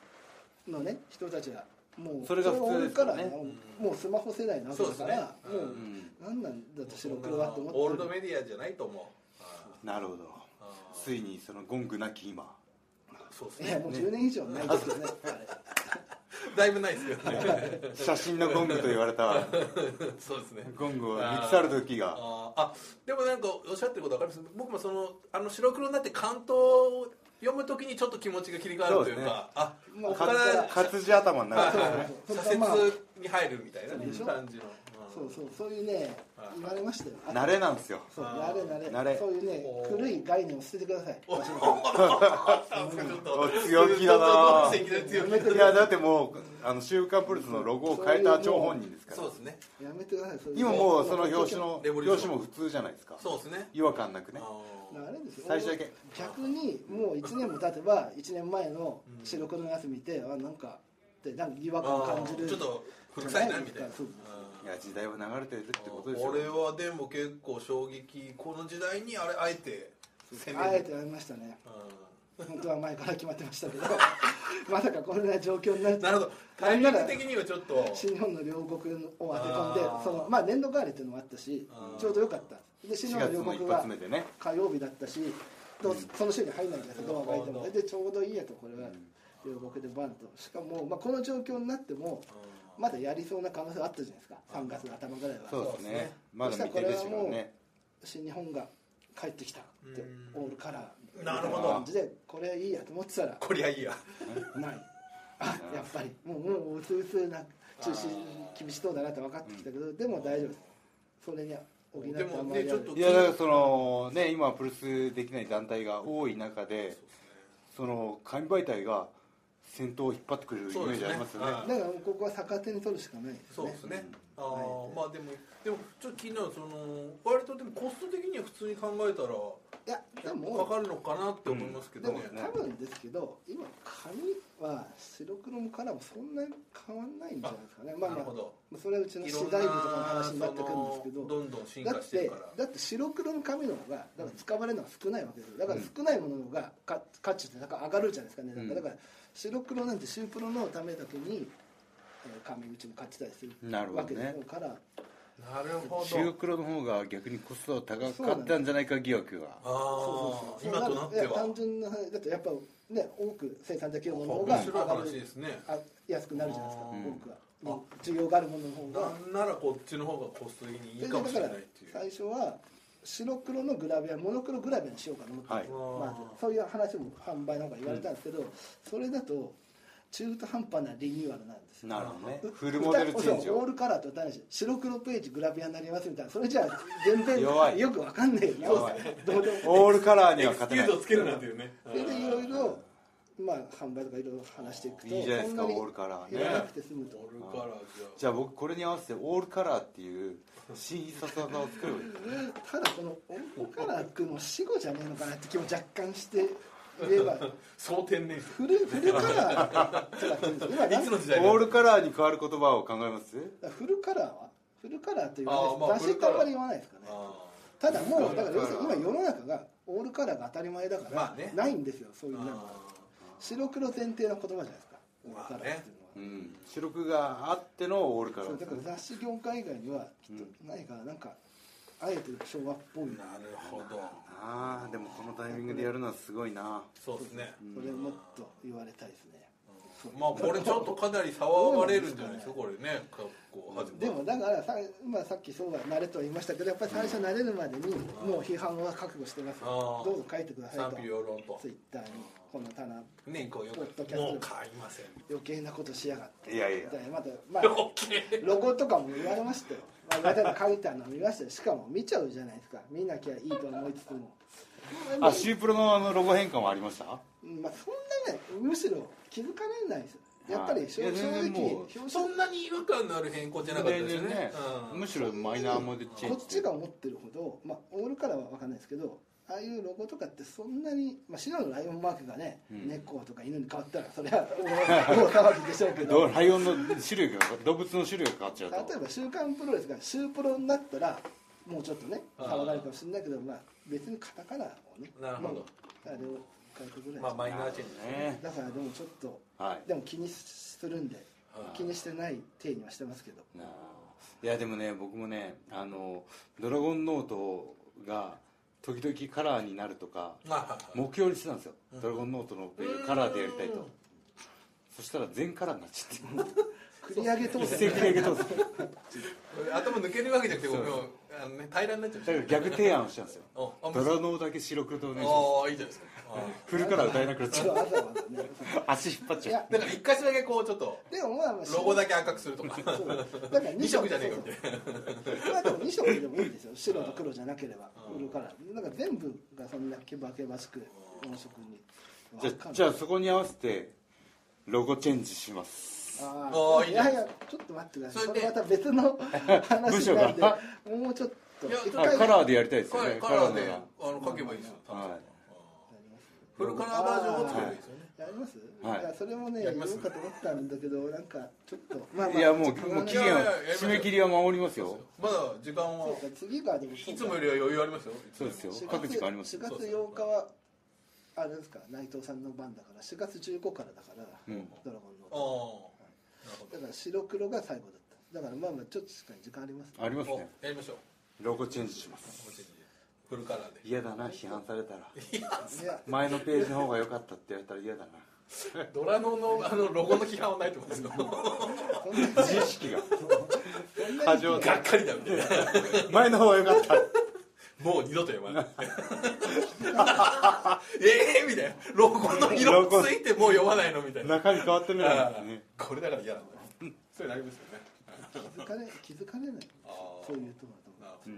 Speaker 3: のね人たちはもう
Speaker 1: それが普通ですからね
Speaker 3: それを追うからもうスマホ世代なわけだ
Speaker 2: そうです
Speaker 3: から
Speaker 2: ね
Speaker 3: もう
Speaker 1: うん
Speaker 3: 何なんだと白
Speaker 2: そ
Speaker 3: 黒
Speaker 2: ん
Speaker 3: は
Speaker 2: な
Speaker 3: って思って
Speaker 2: オールドメディアじゃないと思うあ
Speaker 1: なるほど
Speaker 2: あ
Speaker 1: ついにそのゴングなき今
Speaker 2: そうです
Speaker 3: いや
Speaker 2: ね
Speaker 3: もう10年以上ないですよね
Speaker 2: だいぶないですけどね
Speaker 1: <laughs> 写真のゴングと言われた
Speaker 2: そうですね
Speaker 1: ゴングを抜き去る時が
Speaker 2: あーあでもなんかおっしゃってること分かります僕もそのあの白黒になって関東を読むときにちょっと気持ちが切り替わるというか
Speaker 1: そうですね
Speaker 2: あ
Speaker 3: まあ
Speaker 2: ここか
Speaker 3: から
Speaker 1: 活字頭になる
Speaker 3: そうそう
Speaker 2: 左
Speaker 3: そうまあ
Speaker 2: 折に入るみたいな
Speaker 3: そうでしょ
Speaker 2: 感じの
Speaker 3: そうそうそういうね
Speaker 2: はい
Speaker 3: 言われましたよ
Speaker 1: 慣れなんですよ
Speaker 3: そう
Speaker 2: あ
Speaker 3: 慣れ慣れ
Speaker 1: 慣れ
Speaker 3: そういうね
Speaker 2: おー
Speaker 3: 古い概念を捨ててください
Speaker 2: お
Speaker 1: お強気だな
Speaker 2: 強気だ強気だ
Speaker 1: いやだってもうあの「週刊プルス」のロゴを変えた張本人ですか
Speaker 2: そう
Speaker 1: ら
Speaker 2: ですね
Speaker 3: やめてくださいそい
Speaker 1: 今もうその表紙の
Speaker 2: レボリュー
Speaker 1: 表
Speaker 2: ショ
Speaker 1: 紙
Speaker 2: ン
Speaker 1: も普通じゃないですか
Speaker 2: そうですね
Speaker 1: 違和感なく
Speaker 2: あ
Speaker 1: ね
Speaker 3: あれですよ
Speaker 1: 最初だけ
Speaker 3: 逆にもう1年も経てば1年前の白黒のやつ見てあなんかってなんか違和感
Speaker 2: ー
Speaker 3: 感じる
Speaker 2: ちょっと古臭いなみたいな
Speaker 3: そう
Speaker 1: いや時代は流れてるってことですよ
Speaker 2: 俺はでも結構衝撃この時代にあれあえて攻
Speaker 3: あ
Speaker 2: め
Speaker 3: え
Speaker 2: る
Speaker 3: てやりましたね
Speaker 2: う
Speaker 3: 本当は前から決まってましたけど <laughs> まさかこんな状況になる
Speaker 2: ん
Speaker 3: と
Speaker 2: なるほどタイミング的にはちょっと
Speaker 3: 新日本の両国を当て込んで
Speaker 2: あー
Speaker 3: その、まあ、年度替わりっていうのもあったし
Speaker 2: あー
Speaker 3: ちょうどよかったで新日
Speaker 1: 4
Speaker 3: 本の
Speaker 1: 月
Speaker 3: 両
Speaker 1: の
Speaker 3: 国
Speaker 1: 一
Speaker 3: が
Speaker 1: 発目でね
Speaker 3: 火曜日だったしどうその週に入んないんですよドアが開いて
Speaker 2: な
Speaker 3: も
Speaker 2: るほ
Speaker 3: でちょうどいいやとこれは両国でバンとしかも、まあ、この状況になっても
Speaker 2: うん
Speaker 3: まだやりそうな可能性あったじゃないですか3月の頭ぐらいは
Speaker 1: そうですねまだ未定ですからね
Speaker 3: 新日本が帰ってきたって
Speaker 2: うん
Speaker 3: オールカラー
Speaker 2: なるほど
Speaker 3: みたい感じでこれいいやと思って
Speaker 2: <laughs>
Speaker 3: たら
Speaker 2: こりゃいいや
Speaker 3: ないあやっぱりもうもううつうつな中止厳しそうだなって分かってきたけどでも大丈夫ですそれに補って
Speaker 2: でも
Speaker 3: あんま
Speaker 2: ね
Speaker 3: り
Speaker 2: ち
Speaker 3: や
Speaker 2: ょっ
Speaker 3: る
Speaker 2: と
Speaker 1: いやだからそのね今プルスできない団体が多い中でその紙媒体が先頭を引っ張ってくれるイメ
Speaker 2: そうで
Speaker 1: ー
Speaker 2: す
Speaker 1: ジ
Speaker 2: ね
Speaker 1: ありますよね
Speaker 2: は
Speaker 3: だからもうここは逆手に取るしかないです
Speaker 2: そう
Speaker 3: ね
Speaker 2: ですね。ああ、まあでもでもちょっと気になるその割とでもコスト的には普通に考えたら
Speaker 3: いやで
Speaker 2: かか
Speaker 3: も
Speaker 2: るのかなって思いますけ
Speaker 3: で
Speaker 2: ど
Speaker 3: も
Speaker 2: ね。
Speaker 3: 多分ですけど今紙は白黒もカラーもそんなに変わんないんじゃないですかねまあ
Speaker 2: な
Speaker 3: ま
Speaker 2: る
Speaker 3: あ
Speaker 2: ほど。
Speaker 3: それはうちの
Speaker 2: い
Speaker 3: 次
Speaker 2: ろん
Speaker 3: 第
Speaker 2: な
Speaker 3: 部とかの話になってくるんですけ
Speaker 2: その
Speaker 3: ど
Speaker 2: どんどん進
Speaker 3: だ
Speaker 2: 化
Speaker 3: っ
Speaker 2: してる
Speaker 3: て
Speaker 2: から。
Speaker 3: だって白黒の紙の方がだから使われるのは少ないわけですよだから少ないものの方がか価値ってなんか上がるじゃないですかね
Speaker 1: うん
Speaker 3: だから白黒なんてシュープロのためだけにえー紙うちも買ってたりする
Speaker 1: なるほどね
Speaker 3: わけですから
Speaker 2: なるほ
Speaker 1: 白
Speaker 2: ど。
Speaker 1: 黒の方が逆にコストが高かったんじゃないか疑惑が
Speaker 2: ああ、
Speaker 3: そう
Speaker 2: 今となって
Speaker 3: いや単
Speaker 2: は
Speaker 3: 純な話だとやっぱね多く生産できるものの方が
Speaker 2: 面白い話ですね。
Speaker 3: あ安くなるじゃないですか
Speaker 2: うん
Speaker 3: 多くはもう需要があるものの方が
Speaker 2: なんならこっちの方がコスト的にいいかもしれないっていう。
Speaker 3: 最初は白黒のグラビアモノクログラビアにしようかと思って、
Speaker 1: はい
Speaker 3: まずそういう話も販売の方が言われたんですけど、それだと中途半端なリニューアルなんですよ
Speaker 1: なるほどねフルモデルチェンジ
Speaker 3: そうオ
Speaker 1: を
Speaker 3: ールカラーと歌うし白黒ページグラビアになりますみたいなそれじゃあ全然
Speaker 1: 弱い
Speaker 3: よくわかんないよな
Speaker 1: 弱い
Speaker 3: どうでも
Speaker 1: オールカラーに
Speaker 2: エ
Speaker 1: は
Speaker 2: クス
Speaker 1: 勝てない
Speaker 2: キューズをつけるなんていうね。
Speaker 3: それでいろいろまあ販売とかいろいろ話していくと
Speaker 1: いいじゃないですか
Speaker 3: そん
Speaker 1: オー
Speaker 3: に
Speaker 1: ルカラー
Speaker 3: 言わな
Speaker 1: ね
Speaker 3: くて済むと
Speaker 2: 俺からじゃあ。
Speaker 1: じゃあ僕これに合わせてオールカラーっていう新必殺技を作ればいい
Speaker 3: ただこのオールカラー君の死後じゃねえのかなって気も若干して言えば
Speaker 2: 総天然。い
Speaker 3: 古い古カ
Speaker 2: <laughs>
Speaker 3: ラーとかって言うんです今なん
Speaker 2: つの時代だ
Speaker 1: オールカラーに変わる言葉を考えます
Speaker 3: フルカラーはフルカラーって言わないで
Speaker 2: あ
Speaker 3: す
Speaker 2: ーまあ
Speaker 3: 雑誌ってあんまり言わないですかね
Speaker 2: あ
Speaker 3: ただも
Speaker 2: フ
Speaker 3: う
Speaker 2: ルカラ
Speaker 3: だか
Speaker 2: ー
Speaker 3: ら要するに今世の中がオールカラーが当たり前だから、
Speaker 2: まあね
Speaker 3: ないんですよそういうなんか
Speaker 2: あ。
Speaker 3: 白黒前提の言葉じゃないですかオールカラーっていうのは、
Speaker 1: うん主力があってのオールカラ
Speaker 3: そう
Speaker 1: ー
Speaker 3: だ
Speaker 1: で
Speaker 3: か
Speaker 1: す
Speaker 3: ら
Speaker 1: ね
Speaker 3: 雑誌業界以外にはきっとないからなんかあえて昭和っぽいな
Speaker 2: なるほど。
Speaker 1: ああでもこのタイミングでやるのはすごいな
Speaker 2: そうですね。
Speaker 3: それもっと言われたいですねそう
Speaker 2: まあこれちょっとかなり騒がれるんじゃないですかこれね格好始ま
Speaker 3: でもだからさ,、まあ、さっきそうは慣れとは言いましたけどやっぱり最初慣れるまでにもう批判は覚悟してます
Speaker 2: あ
Speaker 3: よ
Speaker 2: ー
Speaker 3: どうぞ書いてください
Speaker 2: 賛
Speaker 3: と
Speaker 2: 否両論と
Speaker 3: ツイッターにこの棚
Speaker 2: ねこうよく
Speaker 3: ポッドキャス
Speaker 2: も
Speaker 3: ト
Speaker 2: う買いません
Speaker 3: 余計なことしやがって
Speaker 1: いやい
Speaker 3: み
Speaker 1: や
Speaker 3: たいなまた
Speaker 1: <laughs>
Speaker 3: まあ
Speaker 2: 余計
Speaker 3: ロゴとかも言われましたよ、まあ、言われたら書いたの見ましたよしかも見ちゃうじゃないですか見なきゃいいと思いつつも
Speaker 1: あシュープロのあのロゴ変換はありました
Speaker 3: うんまあそんなねむしろ気づかれないですよやっぱり正
Speaker 1: いや
Speaker 3: 正
Speaker 1: 全然
Speaker 3: 直
Speaker 1: もう
Speaker 3: 表紙
Speaker 2: そんなに違和感のある変更じゃなかったですよね
Speaker 1: 全然ね
Speaker 2: うん
Speaker 1: むしろマイナーモデルチェンジ
Speaker 3: こっちが思ってるほど、まあ、オールカラーは分かんないですけどああいうロゴとかってそんなに、まあ、白のライオンマークがね、
Speaker 1: うん
Speaker 3: 猫とか犬に変わったらそれは大騒ぎでしょうけど
Speaker 1: どライオンの種類が動物の種類が変わっちゃうと
Speaker 3: 例えば「週刊プロレス」が「週プロ」になったらもうちょっとね
Speaker 2: あー
Speaker 3: 騒がれるかもしれないけど、まあ、別にカタカナをね
Speaker 2: なるほど
Speaker 3: あれを変えてくれ
Speaker 2: まあマイナーチェンジですね
Speaker 1: ね
Speaker 3: だからでもちょっと
Speaker 1: はい
Speaker 3: でも気にするんで
Speaker 2: あー
Speaker 3: 気にしてない体にはしてますけど
Speaker 1: なあいやでもね僕もねあのドラゴンノートが時々カラーになるとか
Speaker 2: まあはいはい
Speaker 1: 目標にしてたんですよ、ドラゴンノートのページカラーでやりたい
Speaker 2: うん
Speaker 1: とそしたら全カラーになっちゃって
Speaker 3: 繰り上げ
Speaker 1: <laughs>
Speaker 3: 当
Speaker 1: 一
Speaker 3: 選
Speaker 1: 石でいけたんですよ
Speaker 2: 頭抜けるわけじゃなく
Speaker 1: そ
Speaker 2: て
Speaker 1: う
Speaker 2: 僕もあのね平らになっちゃう
Speaker 1: だから逆提案をしたんですよ
Speaker 2: おあ
Speaker 1: ドラノーだけ白黒でお願いします
Speaker 2: ああいいじゃないですかあ
Speaker 1: フルカラー歌えなくなっちゃう
Speaker 3: わざわざ
Speaker 2: <laughs>
Speaker 3: ね
Speaker 1: 足引っ張っ
Speaker 3: い
Speaker 1: ちゃう
Speaker 3: や
Speaker 2: ーだから一箇所だけこうちょっと
Speaker 3: でもまあまあ
Speaker 2: ロゴだけ赤くするとか
Speaker 3: そうだか
Speaker 2: <laughs>
Speaker 3: ら
Speaker 2: 二
Speaker 3: 2
Speaker 2: 色じゃねえかみたい
Speaker 3: まあでも2色でもいいんですよ白と黒じゃなければ
Speaker 2: うん
Speaker 3: 売るからなんか全部がそんなけばけばしく4色に
Speaker 1: じゃあじゃあそこに合わせてロゴチェンジします
Speaker 3: あ
Speaker 2: あ
Speaker 3: あ
Speaker 2: ーいい
Speaker 3: い
Speaker 2: じゃな
Speaker 3: や
Speaker 2: いで
Speaker 3: い
Speaker 2: す
Speaker 3: やちょっと待ってください
Speaker 2: そ
Speaker 3: そ
Speaker 2: れ
Speaker 3: れ
Speaker 2: で
Speaker 3: また別の
Speaker 1: 部
Speaker 3: 話
Speaker 1: 署
Speaker 3: なんで
Speaker 1: が
Speaker 3: もうちょっと
Speaker 2: いや
Speaker 3: 一
Speaker 1: あ
Speaker 3: 回
Speaker 1: カラーでやりたいですよ
Speaker 2: カラ
Speaker 1: ね
Speaker 2: ーカラーで
Speaker 1: は
Speaker 2: あの書けばいいですよ
Speaker 1: は
Speaker 2: フルカラーバージョンを作ればいいですよね
Speaker 3: やります、
Speaker 1: はい
Speaker 3: い、やそれもね
Speaker 2: や
Speaker 3: や
Speaker 2: り
Speaker 3: ろ
Speaker 2: ます
Speaker 3: うかと思ったんだけどなんかちょっとまあ
Speaker 1: いやも
Speaker 3: ちょっと
Speaker 1: うもう
Speaker 3: 考え
Speaker 1: 期限
Speaker 2: い
Speaker 1: は
Speaker 2: やいややりましょう
Speaker 1: 締め切りは守りますよ
Speaker 2: まだ時間は
Speaker 3: そうか次がでも
Speaker 2: いつもよりは余裕ありますよ
Speaker 1: そうですよ
Speaker 3: 4
Speaker 1: 各時間あります
Speaker 3: 4月8日はあれですか内藤さんの番だから4月15からだから、
Speaker 1: うん
Speaker 3: ドラゴンの
Speaker 2: ああなるほ
Speaker 3: だから白黒が最後だっただからまあまあちょっとしか時間ありますね
Speaker 1: あります
Speaker 2: どお
Speaker 1: ね
Speaker 2: やりましょう
Speaker 1: ロゴチェンジします
Speaker 2: フルカラーで
Speaker 1: 嫌だな批判されたら
Speaker 3: いや
Speaker 1: 前のページの方が良かったって言われたら嫌だな
Speaker 2: ドラノのあのロゴの批判はないと思うんです <laughs> よ
Speaker 3: そんなに
Speaker 1: 自意識が
Speaker 3: そんな
Speaker 1: 過
Speaker 3: に
Speaker 1: 剰
Speaker 2: がっ
Speaker 1: だ
Speaker 2: かりだみたいな
Speaker 1: 前の方が良かった
Speaker 2: もう二度と読まない。 <laughs> ええみたいな。ロゴの色ついてもう読まないのみたいな。
Speaker 1: 中身変わってみないですね
Speaker 2: これだから嫌なんだ。そういうのありますよね。
Speaker 3: 気づかれ気づかれない
Speaker 2: あー
Speaker 3: そういうとこだと思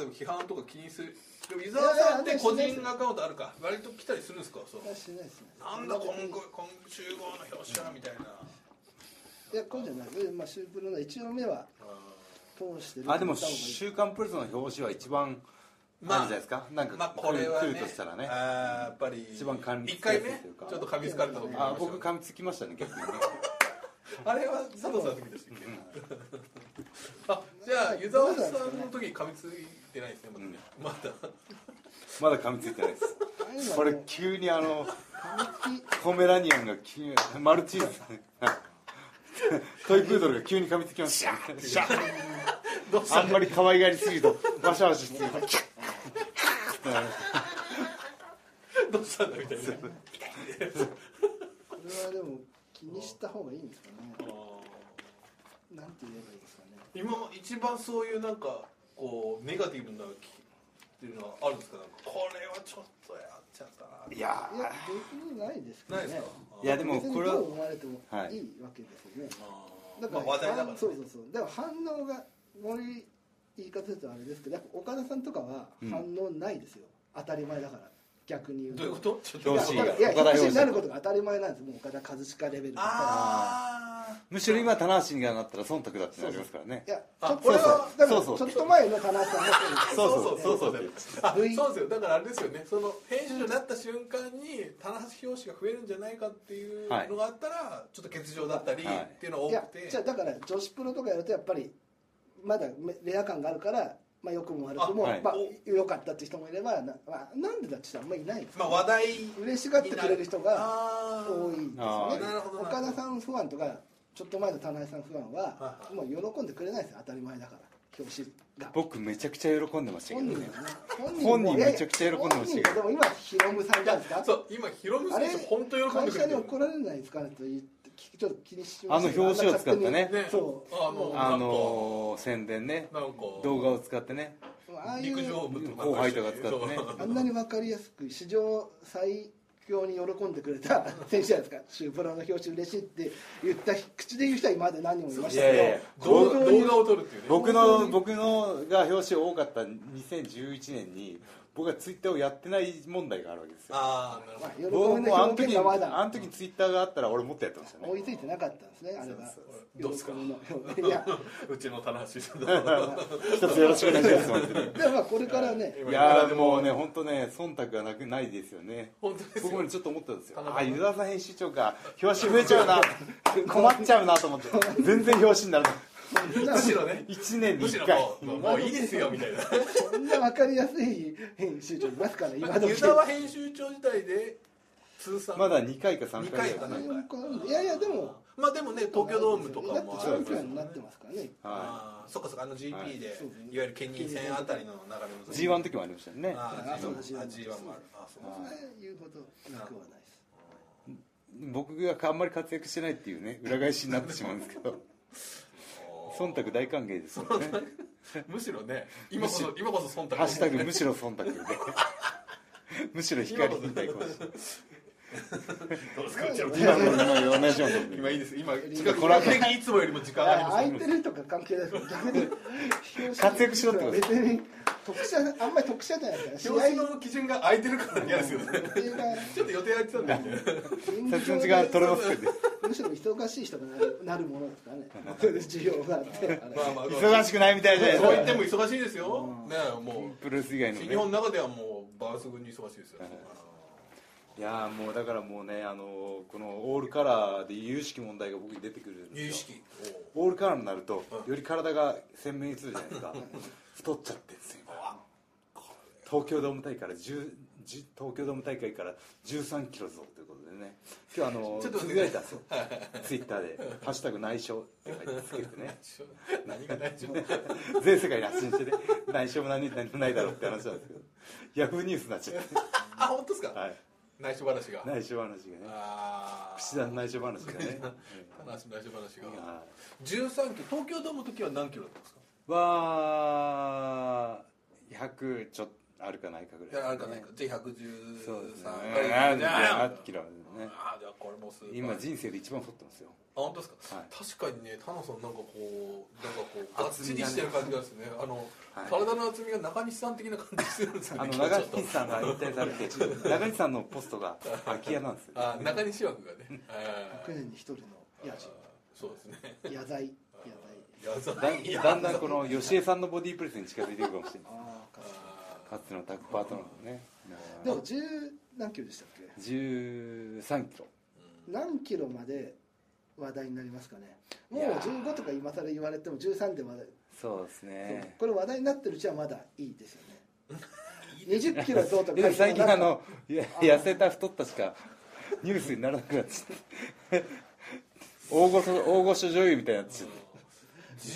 Speaker 1: うん
Speaker 2: なるほど結構
Speaker 3: う
Speaker 2: でも批判とか気にする。でも伊沢さんって個人アカウントあるか。割と来たりするんですか。そう
Speaker 3: い。やしないですね
Speaker 2: なんだ今後今週号の表紙はみたいな。
Speaker 3: いやこうじゃないまあシュープロの一応目は通してる
Speaker 1: あでも「
Speaker 3: 見た方がいい
Speaker 1: 週刊プレス」の表紙は一番
Speaker 2: ま
Speaker 1: あ
Speaker 2: あ
Speaker 1: るんじゃないですかなん
Speaker 2: まあ
Speaker 1: か
Speaker 2: これは
Speaker 1: 来
Speaker 2: ね。
Speaker 1: るとしたらね
Speaker 2: あーやっぱり
Speaker 1: 一番管理
Speaker 2: 一回
Speaker 1: しやす
Speaker 2: ね
Speaker 1: いというか
Speaker 2: ちょっと噛みつかれたこと
Speaker 1: あ
Speaker 2: り
Speaker 1: 僕
Speaker 2: ました
Speaker 1: 噛みつきましたね逆にね
Speaker 2: あれは佐藤さんの時でしたっけ。あ、じゃあ湯沢さんの時噛みついてないですね。まだね。ま
Speaker 1: ま
Speaker 2: だ。
Speaker 1: だ噛みついてないです
Speaker 3: ああいうのは
Speaker 1: これ
Speaker 3: もう
Speaker 1: 急にあの
Speaker 3: 紙付き
Speaker 1: ポメラニアンが急にマルチーズトイプードルが急に噛みつきましたシャー
Speaker 2: どうし
Speaker 1: あ
Speaker 2: た
Speaker 1: んまり可愛がりすぎるとバシャバシャして
Speaker 2: どうしたんだみたいな。
Speaker 3: これはでも気にした方がいいんですかね
Speaker 2: あー
Speaker 3: なんて言えばいいですかね
Speaker 2: 今も一番そういうなんかこうネガティブな聞きっていうのはあるんですか。なんかこれはちょっとやっちゃったな。
Speaker 1: いや
Speaker 3: いや別にないですけど
Speaker 2: ないです
Speaker 3: ね
Speaker 2: か。
Speaker 1: いやでも
Speaker 3: 別に
Speaker 1: これは
Speaker 3: どう思われてもいいわ
Speaker 1: はい
Speaker 3: けですよね、
Speaker 2: あー
Speaker 3: だ
Speaker 2: ま
Speaker 3: か
Speaker 2: あ
Speaker 3: ら
Speaker 2: 話題だからね。
Speaker 3: そうそうそうでも反応が悪い言い方するとあれですけどやっぱ岡田さんとかは
Speaker 1: うん
Speaker 3: 反応ないですよ、当たり前だから逆に言う
Speaker 2: どういうことと？ちょっと
Speaker 1: ど
Speaker 3: いうや
Speaker 1: 表し紙が
Speaker 3: いや
Speaker 1: 岡田表紙
Speaker 3: 表紙になることが当たり前なんですもう岡田和親レベルだか
Speaker 2: あ
Speaker 1: むしろ今棚橋がなったら忖度だってなりますからね
Speaker 3: らいや
Speaker 2: あ
Speaker 3: ちょっと
Speaker 2: これ
Speaker 1: は
Speaker 3: でも
Speaker 1: そう
Speaker 3: ち
Speaker 1: そ
Speaker 3: ょ
Speaker 1: う
Speaker 3: っと前の田中さん
Speaker 2: あ。
Speaker 3: の
Speaker 1: そう
Speaker 2: そうそうそうそう
Speaker 1: そう
Speaker 2: あそうで
Speaker 3: V
Speaker 2: すよだからあれですよねその編集長になった瞬間に棚橋表紙が増えるんじゃないかっていう
Speaker 1: はい
Speaker 2: のがあったらちょっと欠場だったり
Speaker 1: はい
Speaker 2: っていうのが
Speaker 3: いや
Speaker 2: 多くて、
Speaker 3: じゃあだから女子プロとかやるとやっぱりまだレア感があるから、まあ、良くも悪くも
Speaker 1: あはい
Speaker 3: まあ、良かったって人もいればな,、まあ、なんでだって人はあんまりいない
Speaker 2: まあ話題
Speaker 3: 嬉しがってくれる人が
Speaker 2: が
Speaker 3: 多いです
Speaker 1: あー
Speaker 3: よね
Speaker 2: なるほど
Speaker 3: 岡田さんファンとかちょっと前の田中さんファンは
Speaker 2: はい
Speaker 3: もう喜んでくれないですよ当たり前だから表紙が
Speaker 1: 僕めちゃくちゃ喜んでましたけど
Speaker 3: 本人
Speaker 1: ね
Speaker 3: はね
Speaker 1: 本人
Speaker 3: も
Speaker 1: めちゃくちゃ喜んでほしい
Speaker 3: いやや本人はでも今ヒロムさんじゃないですか
Speaker 2: そう今ヒロム選手本当喜んで
Speaker 3: 会
Speaker 2: くれ
Speaker 3: 社
Speaker 2: て
Speaker 3: に
Speaker 2: る
Speaker 3: 怒られないですかねと言ってきちょっと気にしましたけど
Speaker 1: あの表紙を使ったね
Speaker 3: あんな勝手にそう
Speaker 2: あの
Speaker 1: あのー宣伝ね
Speaker 2: なんか
Speaker 1: 動画を使ってね
Speaker 3: ああいう
Speaker 2: 陸上部とか
Speaker 1: 後輩とか使ってね
Speaker 2: そう
Speaker 3: あんなに分かりやすく史上最強に喜んでくれた <laughs> 選手じゃないですか「シュープロの表紙嬉しい」って言った口で言う人は今まで何人もいましたけど
Speaker 1: いやいやいや
Speaker 2: 動
Speaker 3: 行
Speaker 2: 画
Speaker 3: 動に
Speaker 2: 動画を撮るっていうね
Speaker 1: 僕の僕のが表紙多かった2011年に僕はツイッターをやってない問題があるわけですよ
Speaker 2: ああなるほど
Speaker 3: まあ、喜
Speaker 1: 僕
Speaker 3: び
Speaker 1: もあの
Speaker 3: の表
Speaker 1: 時
Speaker 3: 現がまだ
Speaker 1: あの時ツイッターがあったら俺もっとやってました
Speaker 3: 追
Speaker 1: ね
Speaker 3: いついてなかったんですねあれが
Speaker 2: どうですか
Speaker 3: 喜びの表現いや
Speaker 2: うちの棚橋さんだと
Speaker 1: 一つよろしくお願いします本当に
Speaker 3: でもまあこれか
Speaker 1: <laughs>
Speaker 3: らね
Speaker 1: いやーもうね本当ね忖度がなくないですよね
Speaker 2: 本当です
Speaker 1: 僕も
Speaker 2: よ
Speaker 1: ねちょっと思ったんですよ
Speaker 2: 頼む
Speaker 1: ああ湯沢さん編集長か表紙増えちゃうな困っちゃうなと思
Speaker 2: <laughs>
Speaker 1: って全然表紙にならない
Speaker 3: そんな
Speaker 2: むしろね
Speaker 1: 1年に
Speaker 2: むしろ
Speaker 1: 1回
Speaker 2: もうもうもういいですよみたいな
Speaker 3: そんな分かりやすい編集長いますから今時
Speaker 2: 湯沢編集長時代で通算
Speaker 1: まだ2回か3
Speaker 2: 2
Speaker 1: 回
Speaker 2: 回
Speaker 1: で
Speaker 2: か
Speaker 1: す
Speaker 2: な
Speaker 1: ね
Speaker 3: いやいやでも
Speaker 2: まあでもね東京ドームとかも
Speaker 3: だっ
Speaker 2: あ
Speaker 3: てチ
Speaker 2: る
Speaker 3: ャ
Speaker 2: わ
Speaker 3: ン
Speaker 2: け
Speaker 3: ピ
Speaker 2: ですよ
Speaker 3: オンに
Speaker 2: ね
Speaker 3: なってますからね
Speaker 1: は
Speaker 2: あーそっかそっかあの GP で、
Speaker 3: そうですね
Speaker 2: い、わゆる県人戦あたりの流れ
Speaker 1: い G1
Speaker 2: も
Speaker 1: の時もありましたよね
Speaker 2: あー
Speaker 3: そう
Speaker 2: G1
Speaker 3: だ
Speaker 2: あ G1 もあるあそう
Speaker 3: そんな言うほどなくはないです
Speaker 1: 僕があんまり活躍してないっていうね裏返しになってしまうんですけど <laughs> 忖度大歓迎ですよね
Speaker 2: むしろね今こそ今こそ忖
Speaker 1: 「
Speaker 2: 度
Speaker 1: ハッシュタグむしろ忖度」で <laughs> むしろ光に対抗して
Speaker 2: どうですかうちの
Speaker 1: 今の今のお願いします
Speaker 2: 今いいです今
Speaker 3: 今
Speaker 2: 時間
Speaker 1: これは
Speaker 2: 比較的いつもよりも時間があります
Speaker 3: 空いてるとか関係ないです逆に
Speaker 1: 活躍しろってことで
Speaker 3: 別に特殊あんまり特殊じゃないで
Speaker 2: <laughs>
Speaker 3: すから
Speaker 2: 表紙の基準が空いてるから嫌ですよね
Speaker 3: 予定が
Speaker 2: ちょっと予定空いてたんだよね
Speaker 1: さっきの時間取れますけど
Speaker 3: むしろ忙しい人がなるなるものですからね需要があってあれ
Speaker 2: まあまあ
Speaker 1: 忙しくないみたいじゃないです
Speaker 2: そう言
Speaker 1: か
Speaker 2: っても忙しいですよねも
Speaker 1: プロレス以外
Speaker 2: う
Speaker 1: の
Speaker 2: 日本
Speaker 1: ね
Speaker 2: の中ではもう抜群に忙しいですよ
Speaker 1: いやーもうだからもうねあのこのオールカラーで有識問題が僕に出てくるんですよ
Speaker 2: 有意識
Speaker 1: オールカラーになるとより体が鮮明にするじゃない
Speaker 2: <laughs>
Speaker 1: ですか太っちゃってんですよ東京ドーム大会から10 10東京ドーム大会から1 3キロ増ということでね今日あの
Speaker 2: ちょっ
Speaker 1: つ
Speaker 2: と待って
Speaker 1: ぶやいたん
Speaker 2: <laughs>
Speaker 1: ですよツイッターで「ハッシュタグ内緒」って書いてつけてね
Speaker 2: 何が大丈夫
Speaker 1: 全世界に発信してね <laughs> 内緒も何も何もないだろうって話なんですけどヤフーニュースになっちゃって、
Speaker 2: あ本当ですか
Speaker 1: はい、
Speaker 2: 内緒話が
Speaker 1: 内緒話がね
Speaker 2: ああ
Speaker 1: 岸田の内緒話が
Speaker 2: <laughs>
Speaker 1: ね、
Speaker 2: 話内緒話
Speaker 1: うん
Speaker 2: が
Speaker 1: は
Speaker 2: 13キロ東京ドームの時は何キロだったんですか
Speaker 1: いは100ちょっとあるかないかぐらい
Speaker 2: い
Speaker 1: ですね、
Speaker 2: やあれかないかじゃあ113
Speaker 1: そうですね
Speaker 2: あ
Speaker 1: 7キロね
Speaker 2: あじゃあこれもスーパー
Speaker 1: 今人生で一番太ってますよ
Speaker 2: あ本当ですか、
Speaker 1: はい
Speaker 2: 確かにね田野さんなんかこうなんかこうがっ
Speaker 1: 厚
Speaker 2: ち
Speaker 1: み
Speaker 2: り
Speaker 1: がね
Speaker 2: してる感じがですねあの、
Speaker 1: はい
Speaker 2: 体の厚みが中西さん的な感じするんですよ
Speaker 1: あの
Speaker 2: ね今日
Speaker 1: 中
Speaker 2: ちょっと
Speaker 1: 西さんが引退されて中西さんのポストが空き家なんですよ
Speaker 2: あ中西枠がねあ
Speaker 3: 100年に一人の野
Speaker 2: ーそうですね
Speaker 3: 人野菜野
Speaker 2: やざ
Speaker 1: だん
Speaker 2: いや
Speaker 1: だんだんこの吉江さんのボディープレスに近づいていくかもしれない
Speaker 3: ああか
Speaker 1: かつてのタッグパートナーのね
Speaker 3: でも十何キロでしたっけ
Speaker 1: 13キロ
Speaker 3: 何キロまで話題になりますかねもう15とか今更言われても13で話題、
Speaker 1: そうですね
Speaker 3: これ話題になってるうちはまだいいですよね20キロどうと
Speaker 1: い
Speaker 3: か
Speaker 1: や最近あのいや痩せた太ったしかニュースにならなくなっちゃって大御所大御所女優みたいになっちゃって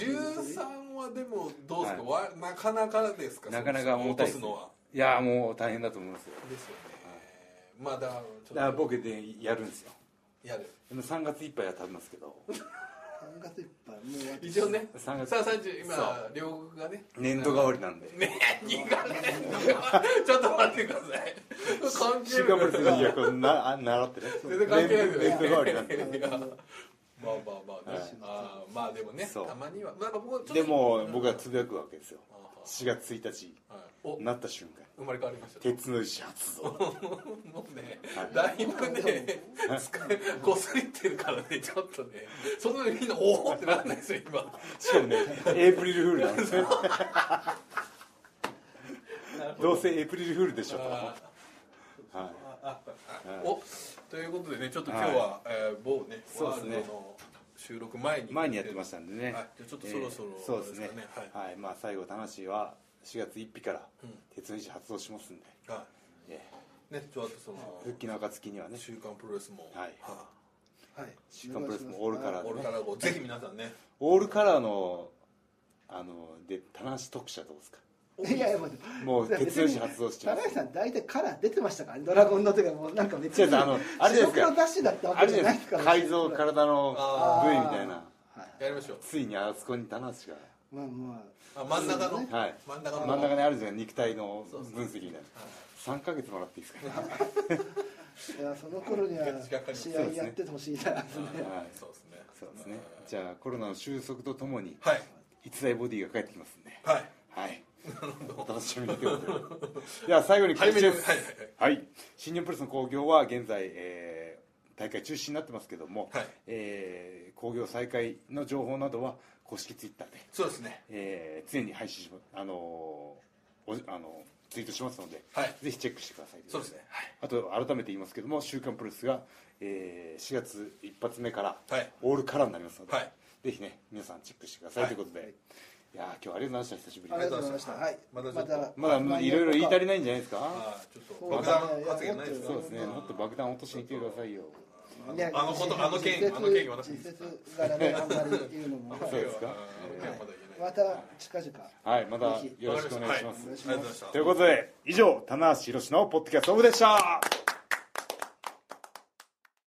Speaker 2: 13はでもどうですか、
Speaker 1: は
Speaker 2: わなかなかですか
Speaker 1: なかなか重
Speaker 2: 落
Speaker 1: た
Speaker 2: と
Speaker 1: いです
Speaker 2: すのはい
Speaker 1: やもう大変だと思いますよ
Speaker 2: ですよねまあだからちょ
Speaker 1: だから
Speaker 2: っと
Speaker 1: 僕でやるんですよ
Speaker 2: やる
Speaker 1: でも3月いっぱいは食べますけど
Speaker 3: 3月いっぱいもう
Speaker 2: 一応ね
Speaker 1: 3月
Speaker 2: さあ30
Speaker 1: そ
Speaker 2: 今両国がね
Speaker 1: 年度
Speaker 2: <laughs>
Speaker 1: 替わりなんで
Speaker 2: ねえ苦手ちょっと待ってください関係
Speaker 1: 週刊プレス
Speaker 2: ない
Speaker 1: の役をなあ習ってね
Speaker 2: 全然関係ないですよね
Speaker 1: 年度替わりなんで
Speaker 2: いやまあまあまあね、
Speaker 1: はい
Speaker 2: あーまあでもね
Speaker 1: そう
Speaker 2: たまにはなんか僕はちょっと
Speaker 1: でも僕はつぶやくわけですよ
Speaker 2: あ
Speaker 1: 4月1日
Speaker 2: ーはいお
Speaker 1: なった瞬間
Speaker 2: 生まれ変わりました
Speaker 1: 鉄の石発 <laughs> 動
Speaker 2: もうね
Speaker 1: はい
Speaker 2: だいぶね疲れこすりってるからねちょっとねそんなにみんなおおってならないですよ今
Speaker 1: しかもねエイプリルフールなんですよどうせエイプリルフールでしょと
Speaker 2: あ
Speaker 1: は
Speaker 2: ーおということでねちょっと今日は、えー某ね
Speaker 1: そうですね
Speaker 2: ワールドの収録前
Speaker 1: い
Speaker 2: に
Speaker 1: 前にやってましたんでね
Speaker 2: はいじゃあちょっとそろそろ
Speaker 1: えーそうですね
Speaker 2: ですかね
Speaker 1: はい、まあ最後田無は4月1日から
Speaker 2: うん
Speaker 1: 鉄の石発動しますんで、
Speaker 2: は
Speaker 1: え
Speaker 2: いねちょっとその
Speaker 1: ー復帰の暁にはね
Speaker 2: 週刊プロレスも
Speaker 1: はい
Speaker 3: はい
Speaker 1: 週刊プロレスもオールカラー
Speaker 2: オールカラー号ぜひ皆さんね
Speaker 1: オールカラーのあので田無特集はどうですか
Speaker 3: いやいやもう
Speaker 1: もう鉄吉発動してま
Speaker 3: 高橋
Speaker 1: す
Speaker 3: さん大体カラー出てましたからねドラゴンの時はもうなんかめっち
Speaker 1: 違う違う
Speaker 3: ゃ
Speaker 1: あのあれじゃないですか
Speaker 3: 白黒雑誌だったわ
Speaker 1: あ
Speaker 3: け
Speaker 1: れ
Speaker 3: じ
Speaker 1: じ
Speaker 3: ゃ
Speaker 1: ゃ
Speaker 3: な
Speaker 1: ないいで
Speaker 3: で
Speaker 1: すす
Speaker 3: か
Speaker 1: から改造体の
Speaker 2: あ
Speaker 1: 部
Speaker 3: ー
Speaker 1: 位みたいな
Speaker 3: はい
Speaker 2: やりましょう
Speaker 1: ついにあそこに田無が
Speaker 3: まあま
Speaker 2: あ真ん中の、
Speaker 1: はい
Speaker 2: 真ん中の
Speaker 1: 真ん中にあるじゃん肉体の
Speaker 2: そうそう
Speaker 1: 分析みたいな3ヶ月もらっていいですか、ね、
Speaker 3: あいやその頃には試合やっててほしいなですね
Speaker 1: はい
Speaker 2: そうですね
Speaker 1: そうですねじゃあコロナの収束とともに
Speaker 2: はい
Speaker 1: 逸材ボディが帰ってきますんで
Speaker 2: はい
Speaker 1: はいお楽しみにということででは最後に告知です
Speaker 2: はいはいはい
Speaker 1: はい、新日本プロレスの興行は現在、えー大会中止になってますけども、
Speaker 2: はい
Speaker 1: えー興行再開の情報などは公式ツイッターで、
Speaker 2: そうですね
Speaker 1: えー常に配信しまあのーおあのツイートしますので、
Speaker 2: はい
Speaker 1: ぜひチェックしてください
Speaker 2: そうですねはい
Speaker 1: あと改めて言いますけども「週刊プロレスが」えー4月一発目から、
Speaker 2: はい
Speaker 1: オールカラーになりますので、
Speaker 2: はい
Speaker 1: ぜひね皆さんチェックしてください、
Speaker 2: はい
Speaker 1: ということで、い、やー今日はありがとうございました久しぶり
Speaker 3: あ
Speaker 1: に
Speaker 3: りがとうございましたはい
Speaker 2: またちょっと
Speaker 1: まだまだいろいろ言い足りないんじゃないですか、
Speaker 2: あーちょっと
Speaker 3: そう
Speaker 2: 爆弾発言ないですか
Speaker 1: そうですね、もっと爆弾落としに行ってくださいよ。
Speaker 3: ね
Speaker 2: あのことあの件
Speaker 3: 実質
Speaker 2: あの件私
Speaker 3: 実質柄であんまり言うのも
Speaker 2: あ <laughs>
Speaker 3: ま
Speaker 2: の
Speaker 1: そう
Speaker 2: 件
Speaker 1: で
Speaker 2: は
Speaker 1: すか
Speaker 2: あの件はまだ言えない
Speaker 3: た近々
Speaker 1: はい、またよ
Speaker 3: ぜひ
Speaker 1: ろしくお願いします。
Speaker 2: わかりしたはいありがとうございました
Speaker 1: ということで、以上、棚橋宏のポッドキャストオフでした。